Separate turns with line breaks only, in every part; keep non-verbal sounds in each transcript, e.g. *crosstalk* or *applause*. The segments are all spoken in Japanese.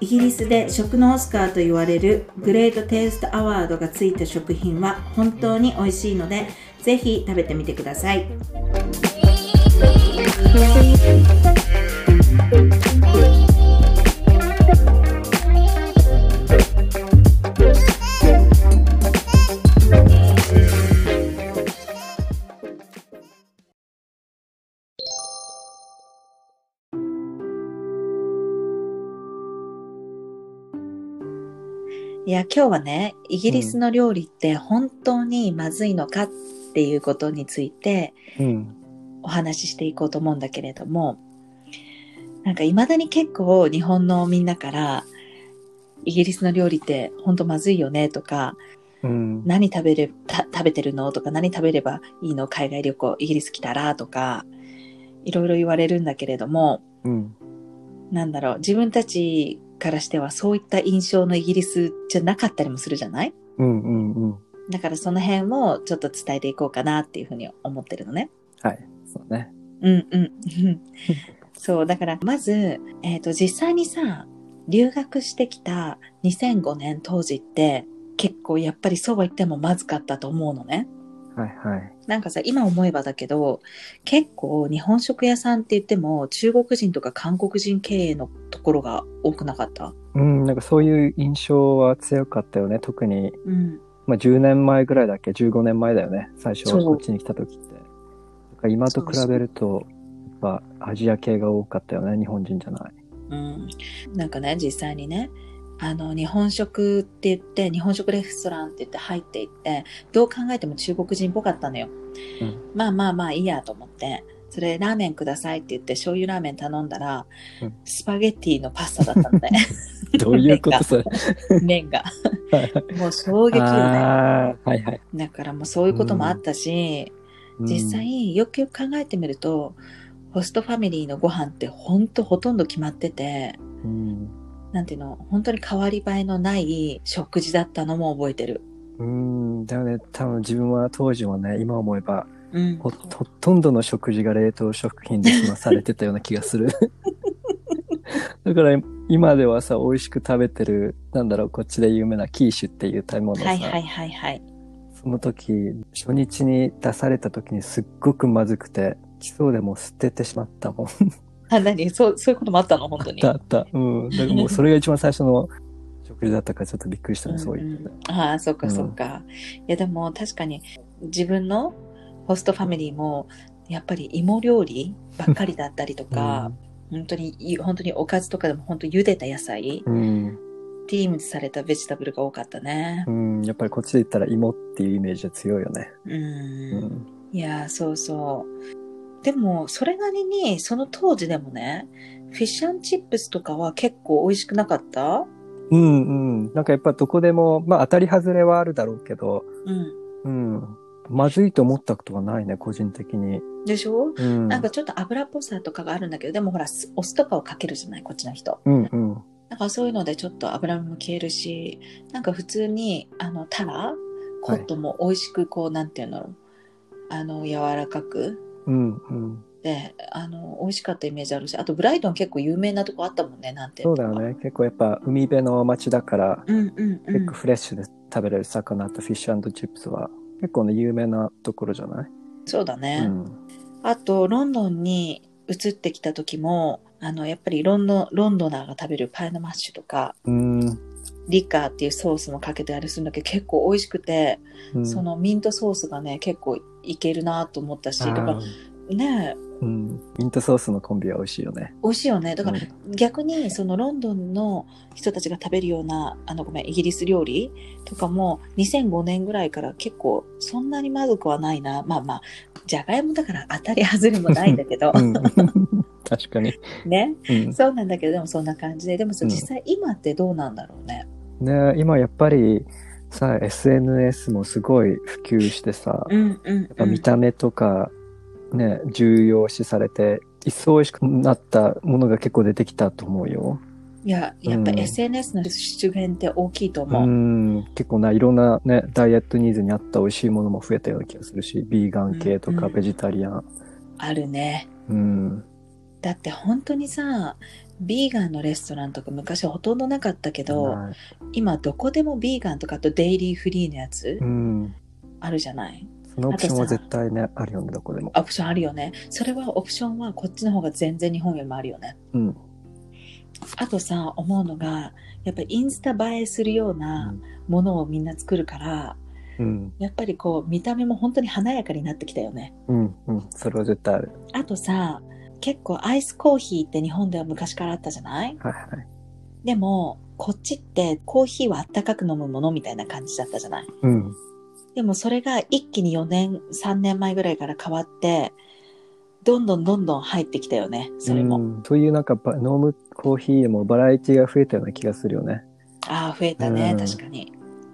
イギリスで食のオスカーと言われるグレートテイストアワードがついた食品は本当に美味しいのでぜひ食べてみてくださいいや今日はねイギリスの料理って本当にまずいのかっていうことについて
うん。
お話ししていこうと思うんだけれどもなんかいまだに結構日本のみんなからイギリスの料理って本当まずいよねとか
うん。
何食べれた食べてるのとか何食べればいいの海外旅行イギリス来たらとかいろいろ言われるんだけれども
うん。
なんだろう自分たちからしてはそういった印象のイギリスじゃなかったりもするじゃない
うん。うん。うん。
だからその辺をちょっと伝えていこうかなっていうふうに思ってるのね。
はい。そうね。
うんうん。そう、だからまず、えっ、と、実際にさ、留学してきた2005年当時って結構やっぱりそうは言ってもまずかったと思うのね。
はいはい。
なんかさ、今思えばだけど、結構日本食屋さんって言っても中国人とか韓国人経営のところが多くなかった。
うん、なんかそういう印象は強かったよね。特に、
うん。
まあ、10年前ぐらいだっけ ?15 年前だよね。最初、
そう
こっちに来た時って。なんか今と比べると、やっぱアジア系が多かったよね。日本人じゃない。
うん、なんかね実際にねあの日本食って言って日本食レストランって言って入っていってどう考えても中国人っぽかったのよ、
うん
まあまあまあいいやと思ってそれラーメンくださいって言って醤油ラーメン頼んだら、
うん
スパゲッティのパスタだったの
*laughs*
ね
どういうことそれ。
麺が
はい
もう衝撃よね
あーはいはい。
だからもうそういうこともあったし、
うん
実、際よくよく考えてみるとホストファミリーのご飯ってほんとほとんど決まってて
うん。
なんていうの本当に変わり映えのない食事だったのも覚えてる。
うん。だよね。多分自分は当時はね、今思えば、
うん
ほほとんどの食事が冷凍食品で済まされてたような気が
*laughs*
する。だから今ではさ、美味しく食べてる、なんだろう、こっちで有名なキーシュっていう食べ物をさ、
はいはいはいはい。
その時、初日に出された時にすっごくまずくて、基礎でもう捨ててしまったもん。
あ、何そう、そういうこともあったの本当に。
だった。うん。だから
*laughs*
もうそれが一番最初の食事だったからちょっとびっくりしたね、そういうのね。
んんああ、そっ
う
か
ん
そっか。いやでも確かに自分のホストファミリーもやっぱり芋料理ばっかりだったりとか、本当にい、本当におかずとかでも本当茹でた野菜、
うん、
ティームズされたベジタブルが多かったね
う。ん。やっぱりこっちで言ったら芋っていうイメージは強いよね。
うん。
うん。
いやーそうそう。でも、それなりに、その当時でもね、フィッシュチップスとかは結構美味しくなかった
うんうん。なんかやっぱどこでも、まあ当たり外れはあるだろうけど、
うん。
うん。まずいと思ったことはないね、個人的に。
でしょ、
うん。
なんかちょっと油っぽさとかがあるんだけど、でもほら、すお酢とかをかけるじゃないこっちの人。
うんうん。
なんかそういうのでちょっと油も消えるし、なんか普通に、あの、タラコットも美味しくこう、なんていうんだろう。あの、柔らかく。
うんうん。
で、あの、美味しかったイメージあるし、あとブライトン結構有名なとこあったもんね、なんて。
そうだよ。ね。結構やっぱ海辺の街だから、
うんうんうん。
結構フレッシュで食べれる魚とフィッシュチップスは、結構ね、有名なところじゃない
そうだね。
うん。
あと、ロンドンに移ってきた時も、あの、やっぱりロンドン、ロンドナーが食べるパイのマッシュとか、
うん。
リカーっていうソースもかけてあれするんだけど、結構美味しくて、
うん
そのミントソースがね、結構いけるなと思ったし、
あ
だから
ー
ね、
うん。ミントソースのコンビは美味しいよね。
美味しいよね。だから
うん
逆に、そのロンドンの人たちが食べるような、あの、ごめん、イギリス料理とかも、2005年ぐらいから結構、そんなにまずくはないな。まあまあ、じゃがいもだから当たり外れもないんだけど、
うん。 *laughs* 確かに。
ね。
うん。
そうなんだけど、でもそんな感じで、でもそう
うん
実際今ってどうなんだろうね。
ね今やっぱりさ、SNS もすごい普及してさ、
うんうん、
やっぱ見た目とか、ね、重要視されて、一層美味しくなったものが結構出てきたと思うよ。
いや、やっぱ
うん
SNS の出現って大きいと
う
思う。
ん、結構な、いろんなね、ダイエットニーズに合った美味しいものも増えたような気がするし、ビーガン系と
うん
か
うん
ベジタリアン。
あるね。
うん。
だって本当にさ、ビーガンのレストランとか昔ほとんどなかったけど、
はい
今どこでもビーガンとかあとデイリーフリーのやつ
うん。
あるじゃない
そのオプション
あ
は
とさ
絶対ね、あるよね、どこでも。
オプションあるよね。それはオプションはこっちの方が全然日本よりもあるよね。
うん。
あとさ、思うのが、やっぱりインスタ映えするようなものをみんな作るから、
うん。
やっぱりこう見た目も本当に華やかになってきたよね。
うん。うん。それは絶対ある。
あとさ、結構アイスコーヒーって日本では昔からあったじゃない
はいはい。
でも、こっちってコーヒーはあったかく飲むものみたいな感じだったじゃない
うん。
でもそれが一気に4年、3年前ぐらいから変わって、どんどんどんどん入ってきたよね、それも。
うんというなんかば飲むコーヒーでもバラエティが増えたような気がするよね。
ああ、増えたね、
うん
確かに。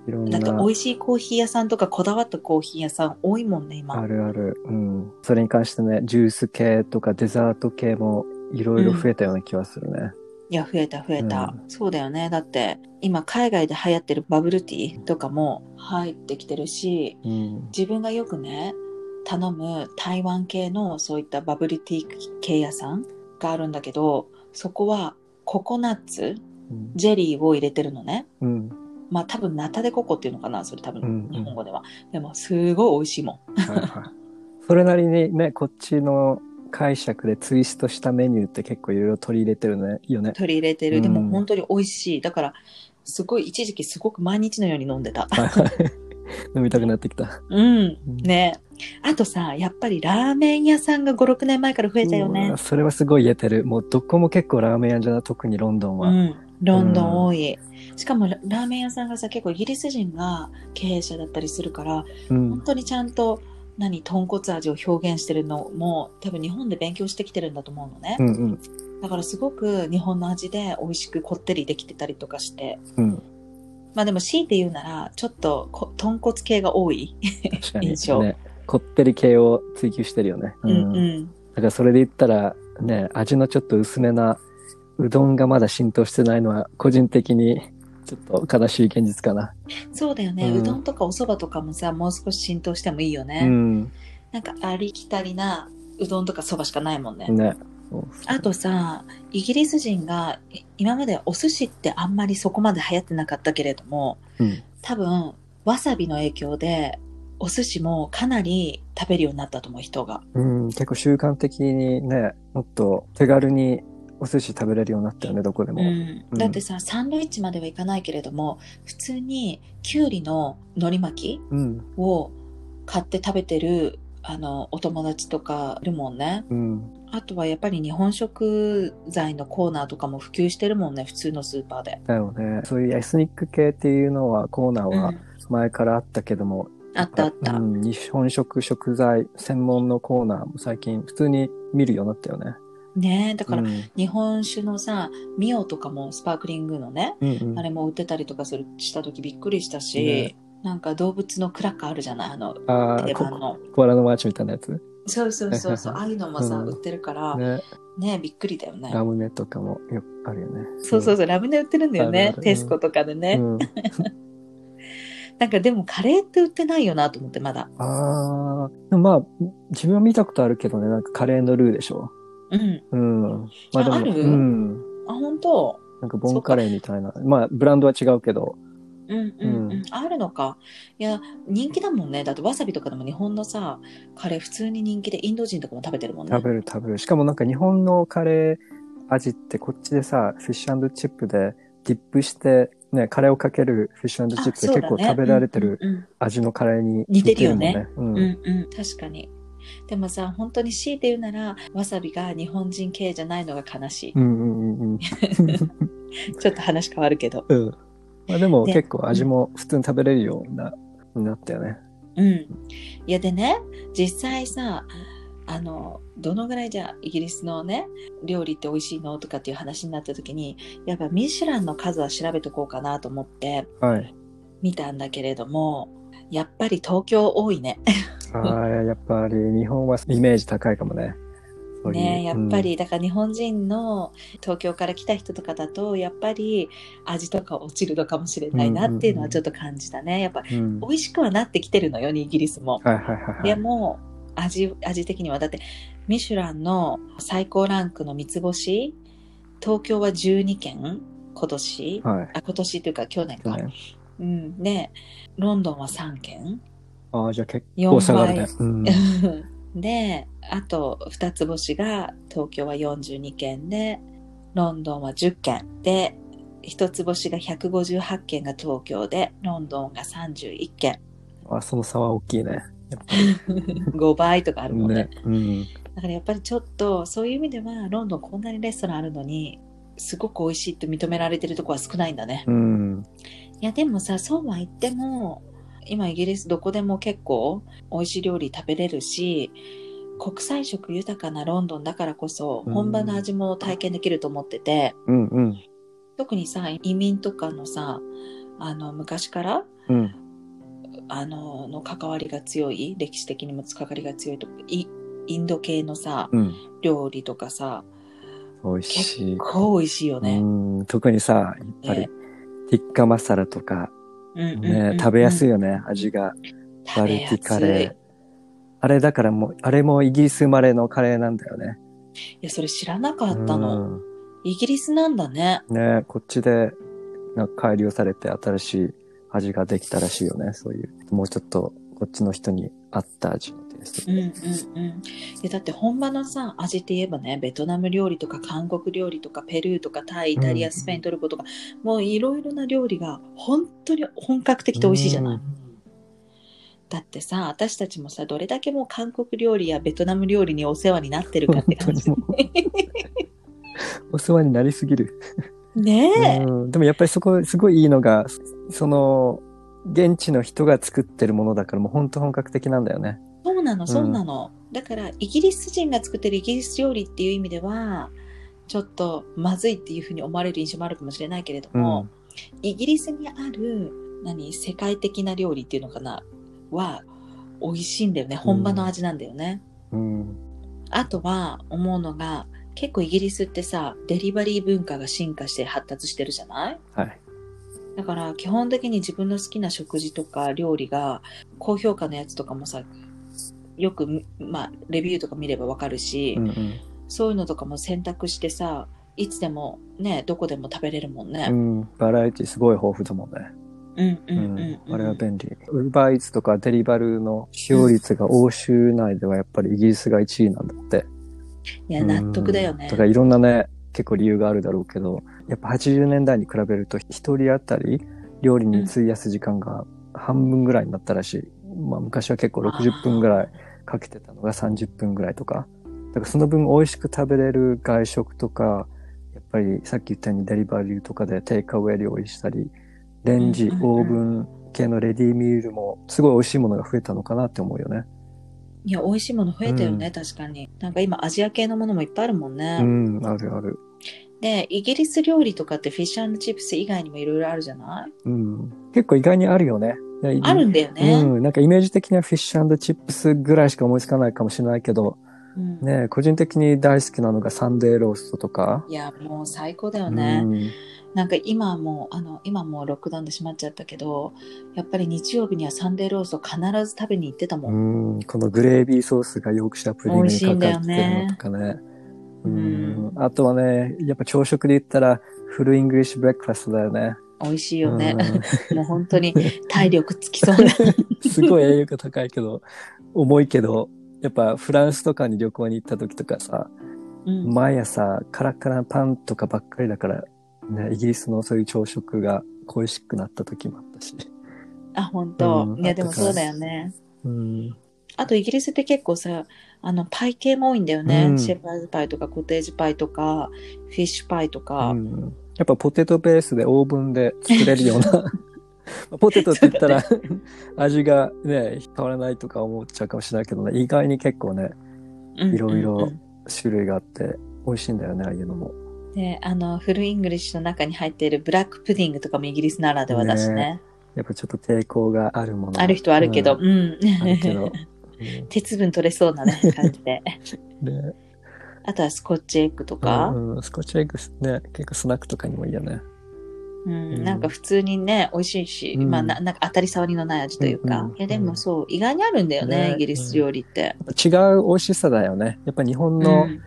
いろん
だ
な
って美味しいコーヒー屋さんとかこだわったコーヒー屋さん多いもんね、今。
あるある。うん。それに関してね、ジュース系とかデザート系もいろいろ増えたような気がするね。
いや、増えた、増えた。
う
そうだよね。だって、今、海外で流行ってるバブルティーとかも入ってきてるし、
うん。
自分がよくね、頼む台湾系のそういったバブルティー系屋さんがあるんだけど、そこはココナッツ、
うん。
ジェリーを入れてるのね。
うん。
まあ多分、ナタデココっていうのかな、それ多
うんう
分
ん、
日本語では。でも、すごい美味しいもん。
はいはい。 *laughs* それなりにね、こっちの解釈でツイストしたメニューって結構いろいろ取り入れてるね、よね。
取り入れてる。
うん
でも本当に美味しい。だから、すごい、一時期すごく毎日のように飲んでた。
はいはい。飲みたくなってきた。
うん。
うん
ね。あとさ、やっぱりラーメン屋さんが5、6年前から増えたよ
う
ね
わ。それはすごい言えてる。もうどこも結構ラーメン屋じゃない特にロンドン
う
は。
ん。ロンドン多い。しかもララーメン屋さんがさ、結構イギリス人が経営者だったりするから、
うん
本当にちゃんと、何、豚骨味を表現してるのも、多分日本で勉強してきてるんだと思うのね
う。んうん
だからすごく日本の味で美味しくこってりできてたりとかして。
うん。
まあでも強いて言うなら、ちょっとこ豚骨系が多い。
確かに。
印象
ね。こってり系を追求してるよね。
*laughs* うんうん。
だからそれで言ったら、ね、味のちょっと薄めなうどんがまだ浸透してないのは個人的にちょっと悲しい現実かな。
そうだよね、
う
うんどんとかお蕎麦とかもさ、もう少し浸透してもいいよね。
うん。
なんかありきたりなうどんとかそばしかないもんね。
ね。そう
あとさ、イギリス人がい今までお寿司ってあんまりそこまで流行ってなかったけれども、
うん
多分わさびの影響でお寿司もかなり食べるようになったと思う人が。
うん、結構習慣的にね、もっと手軽にお寿司食べれるようになったよね、どこでも。
うん
うん
だってさ、サンドイッチまではいかないけれども、普通にきゅうりの海苔巻き
うん。
を買って食べてるあのお友達とかいるもんね。
うん。
あとはやっぱり日本食材のコーナーとかも普及してるもんね、普通のスーパーで。
だよね。そういうエスニック系っていうのは、コーナー
う
は
ん
前からあったけども、
あったあった。
うん、日本食食材専門のコーナーも最近普通に見るようになったよね。
ねえ、だから
うん
日本酒のさ、ミオとかもスパークリングのね、
うんうん
あれも売ってたりとかするした時びっくりしたし、
ね
なんか動物のクラッカーあるじゃないあの、
あー
定
コ
番の。
コアラのマーチみたいなやつ。
そうそうそうそう、
*laughs* うん
ああいうのもさ、
うん
売ってるから、ね
ね。
えびっくりだよね。
ラムネとかもよくあるよね。
そうそう
そ
そう、ラムネ売ってるんだよ
ある
ね
あ、る
テスコとかでね。
うん。
なんかでもカレーって売ってないよなと思って、まだ。
ああ、でもまあ、自分は見たことあるけどね、なんかカレーのルーでしょ。
うん。
うん。ま
あある
うん。
あ、本当
なんかボンカレーみたいな。まあ、ブランドは違うけど。
うんうんう、
うん
あるのか。いや、人気だもんね。だってわさびとかでも日本のさ、カレー普通に人気でインド人とかも食べてるもんね。
食べる食べる。しかもなんか日本のカレー味ってこっちでさ、フィッシュチップでディップして、ね、カレーをかけるフィッシュチップで結構食べられてる
あ。そうだね
味のカレーに
似てるよね
似てるもん
うん
ね。
う
う
う
んん。
んうん確かに。でもさ、本当に強いて言うなら、わさびが日本人系じゃないのが悲しい。
うんうんうんうん。
ちょっと話変わるけど。
うん。まあでも
ね
結構味も普通に食べれるような、になったよね。
うん。いや、でね、実際さ、あの、どのぐらいじゃあイギリスのね、料理って美味しいのとかっていう話になった時に、やっぱミシュランの数は調べとこうかなと思って、
はい。
見たんだけれどもやっぱり東京多いね。
ああ、やっぱり日本はイメージ高いかもね。そういう
ねやっぱ。り、だから日本人の東京から来た人とかだとやっぱり味とか落ちるのかもしれないなっていうのはちょっと感じたね。やっぱ
うんうん
美味しくはなってきてるのよねイギリスも。
はいはいはいはい。
でも味味的にはだってミシュランの最高ランクの三つ星、東京は12件、今年、
はい。
あ、今年というか去年
去
か。
年。
うん。で、ロンドンは3件。
ああ、じゃあ結
4
構
倍。
下がるね。
*laughs*
うん。
で、あと2つ星が東京は42件で、ロンドンは10件で、1つ星が158件が東京で、ロンドンが31件。
あその差は大きいね。やっぱ
5倍とかある
り
もんね
ね。うん。
だからやっぱりちょっとそういう意味ではロンドンこんなにレストランあるのにすごく美味しいって認められてるとこは少ないんだね。
うん。
いやでもさそうは言っても今イギリスどこでも結構美味しい料理食べれるし国際色豊かなロンドンだからこそ
うん
本場の味も体験できると思ってて、
うんうん。
特にさ移民とかのさあの昔から
うん。
あのの関わりが強い歴史的にも関わりが強いとイインド系のさ
うん。
料理とかさ
美味しい
結。構美味しいよね。
うん。特にさ、やっぱり
ね、
ティッカマサラとか、
うんうんうんう
ね
ん、
食べやすいよね、味が。バ
食
ル
べ
テ
やすい
ィカレー。あれだからもう、あれもイギリス生まれのカレーなんだよね。
いや、それ知らなか
あ
ったの。。イギリスなんだね。
ねこっちでなんか改良されて新しい味ができたらしいよね。そういう。もうちょっとこっちの人に合った味ってやつ
うんうんうん。いや、だって本場のさ、味って言えばね、ベトナム料理とか韓国料理とかペルーとかタイ、イタリ
う
ア、
ん
スペイン、トルコとか、もういろいろな料理が本当に本格的で美味しいじゃない。だってさ、私たちもさ、どれだけもう韓国料理やベトナム料理にお世話になってるかって感じ。
本お世話になりすぎる。
ね
うんでもやっぱりそこ、すごいいいのが、その、現地の人が作ってるものだからもうほんと本格的なんだよね。
え、そうなの、そうなの。だから、イギリス人が作ってるイギリス料理っていう意味では、ちょっとまずいっていうふうに思われる印象もあるかもしれないけれども、
うん
イギリスにある何世界的な料理っていうのかなは美味しいんだよね本場の味なんだよね、
うん。
あとは思うのが結構イギリスってさデリバリー文化が進化して発達してるじゃない
はい。
だから基本的に自分の好きな食事とか料理が高評価のやつとかもさよく、まあ、レビューとか見ればわかるし、
うんうん
そういうのとかも選択してさいつでもねどこでも食べれるもんね、
うん。バラエティすごい豊富だもんね。
うんう
うんん
うんうん
あれは便利。ウーバーイーツとかデリバルの使用率が欧州内ではやっぱりイギリスが1位なんだって。
いや納得だよ
う
ね
んとかいろんなね、結構理由があるだろうけど、やっぱ80年代に比べると一人当たり料理に費やす時間が半分ぐらいになったらしい。まあ昔は結構60分ぐらいかけてたのが30分ぐらいとか。だからその分美味しく食べれる外食とか、やっぱりさっき言ったようにデリバリーとかでテイクアウェイ料理したり、レン
うん
ジ、
うんうん
オーブン系のレディーミールもすごい美味しいものが増えたのかなって思うよね。
いや、美味しいもの増えたよね、
うん
確かに。なんか今、アジア系のものもいっぱいあるもんね。
うん、あるある。
で、イギリス料理とかってフィッシュチップス以外にもいろいろあるじゃない
うん。結構意外にあるよね。
あるんだよね。
うん、なんかイメージ的にはフィッシュチップスぐらいしか思いつかないかもしれないけど、
うん
ね、個人的に大好きなのがサンデーローストとか。
いや、もう最高だ
う
よね。
ん、
なんか今もう、あの、今もうロックダウンで閉まっちゃったけど、やっぱり日曜日にはサンデーロースト必ず食べに行ってたもん。
うん、このグレービーソースがヨークシャープリングにかかってるのとかね。
美味しいんだよね
うん、あとはね、やっぱ朝食で言ったらフルイングリッシュブレックファストだよね。
美味しいよね。 *laughs* もう本当に体力つきそう
*laughs*
な。
うんすごい栄養価高いけど、重いけど、やっぱフランスとかに旅行に行った時とかさ、
うん
毎朝カラカラパンとかばっかりだから、ね、イギリスのそういう朝食が恋しくなった時もあったし。
あ、本当
う。ん
いや、でもそうだよね。
うん。
あとイギリスって結構さあのパイ系も多いんだよね、
うん
シェパーズパイとかコテージパイとかフィッシュパイとか、
うんやっぱポテトベースでオーブンで作れるよう *laughs* な。ポテトって言ったら、味がね、変わらないとか思っちゃうかもしれないけどね、意外に結構ね、
うんうん
いろいろ
うん
種類があって、美味しいんだよね、ああいうのも。
であのフルイングリッシュの中に入っているブラックプディングとかもイギリスならではだしね
ねやっぱちょっと抵抗があるもの。
ある人はあるけど、
うん
うん
あ
*laughs*
るけど。
鉄分取れそうな、ね、感じで
うんで
あとはスコッチエッグとか、
うんうん、スコッチエッグスね、結構スナックとかにもいいよね。
うん
うん
なんか普通にね、美味しいし、
うん
まあな、なんか当たり障りのない味というか、
うんうん
いやでもそう、意外にあるんだよね、
ね
イギリス料理って。
違う美味しさだよね。やっぱ日本
う
の
ん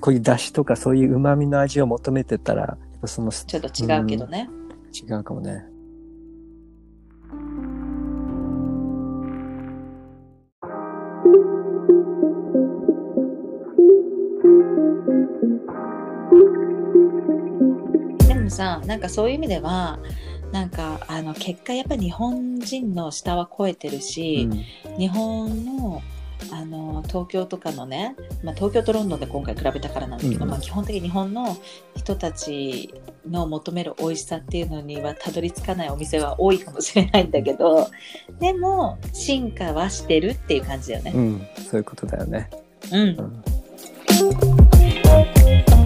こういう出汁とかそういう旨味の味を求めてたら、やっぱその
ちょっと違うけどね。
違うかもね。
でもさ、なんかそういう意味では、なんかあの結果やっぱり日本人の下は超えてるし、日本のあの東京とかのね、まあ、東京とロンドンで今回比べたからなんだけど、
うん
まあ、基本的に日本の人たちの求める美味しさっていうのにはたどり着かないお店は多いかもしれないんだけどでも進化はしてるっていう感じだよね
う。ん、そういうことだよね。
うん
うん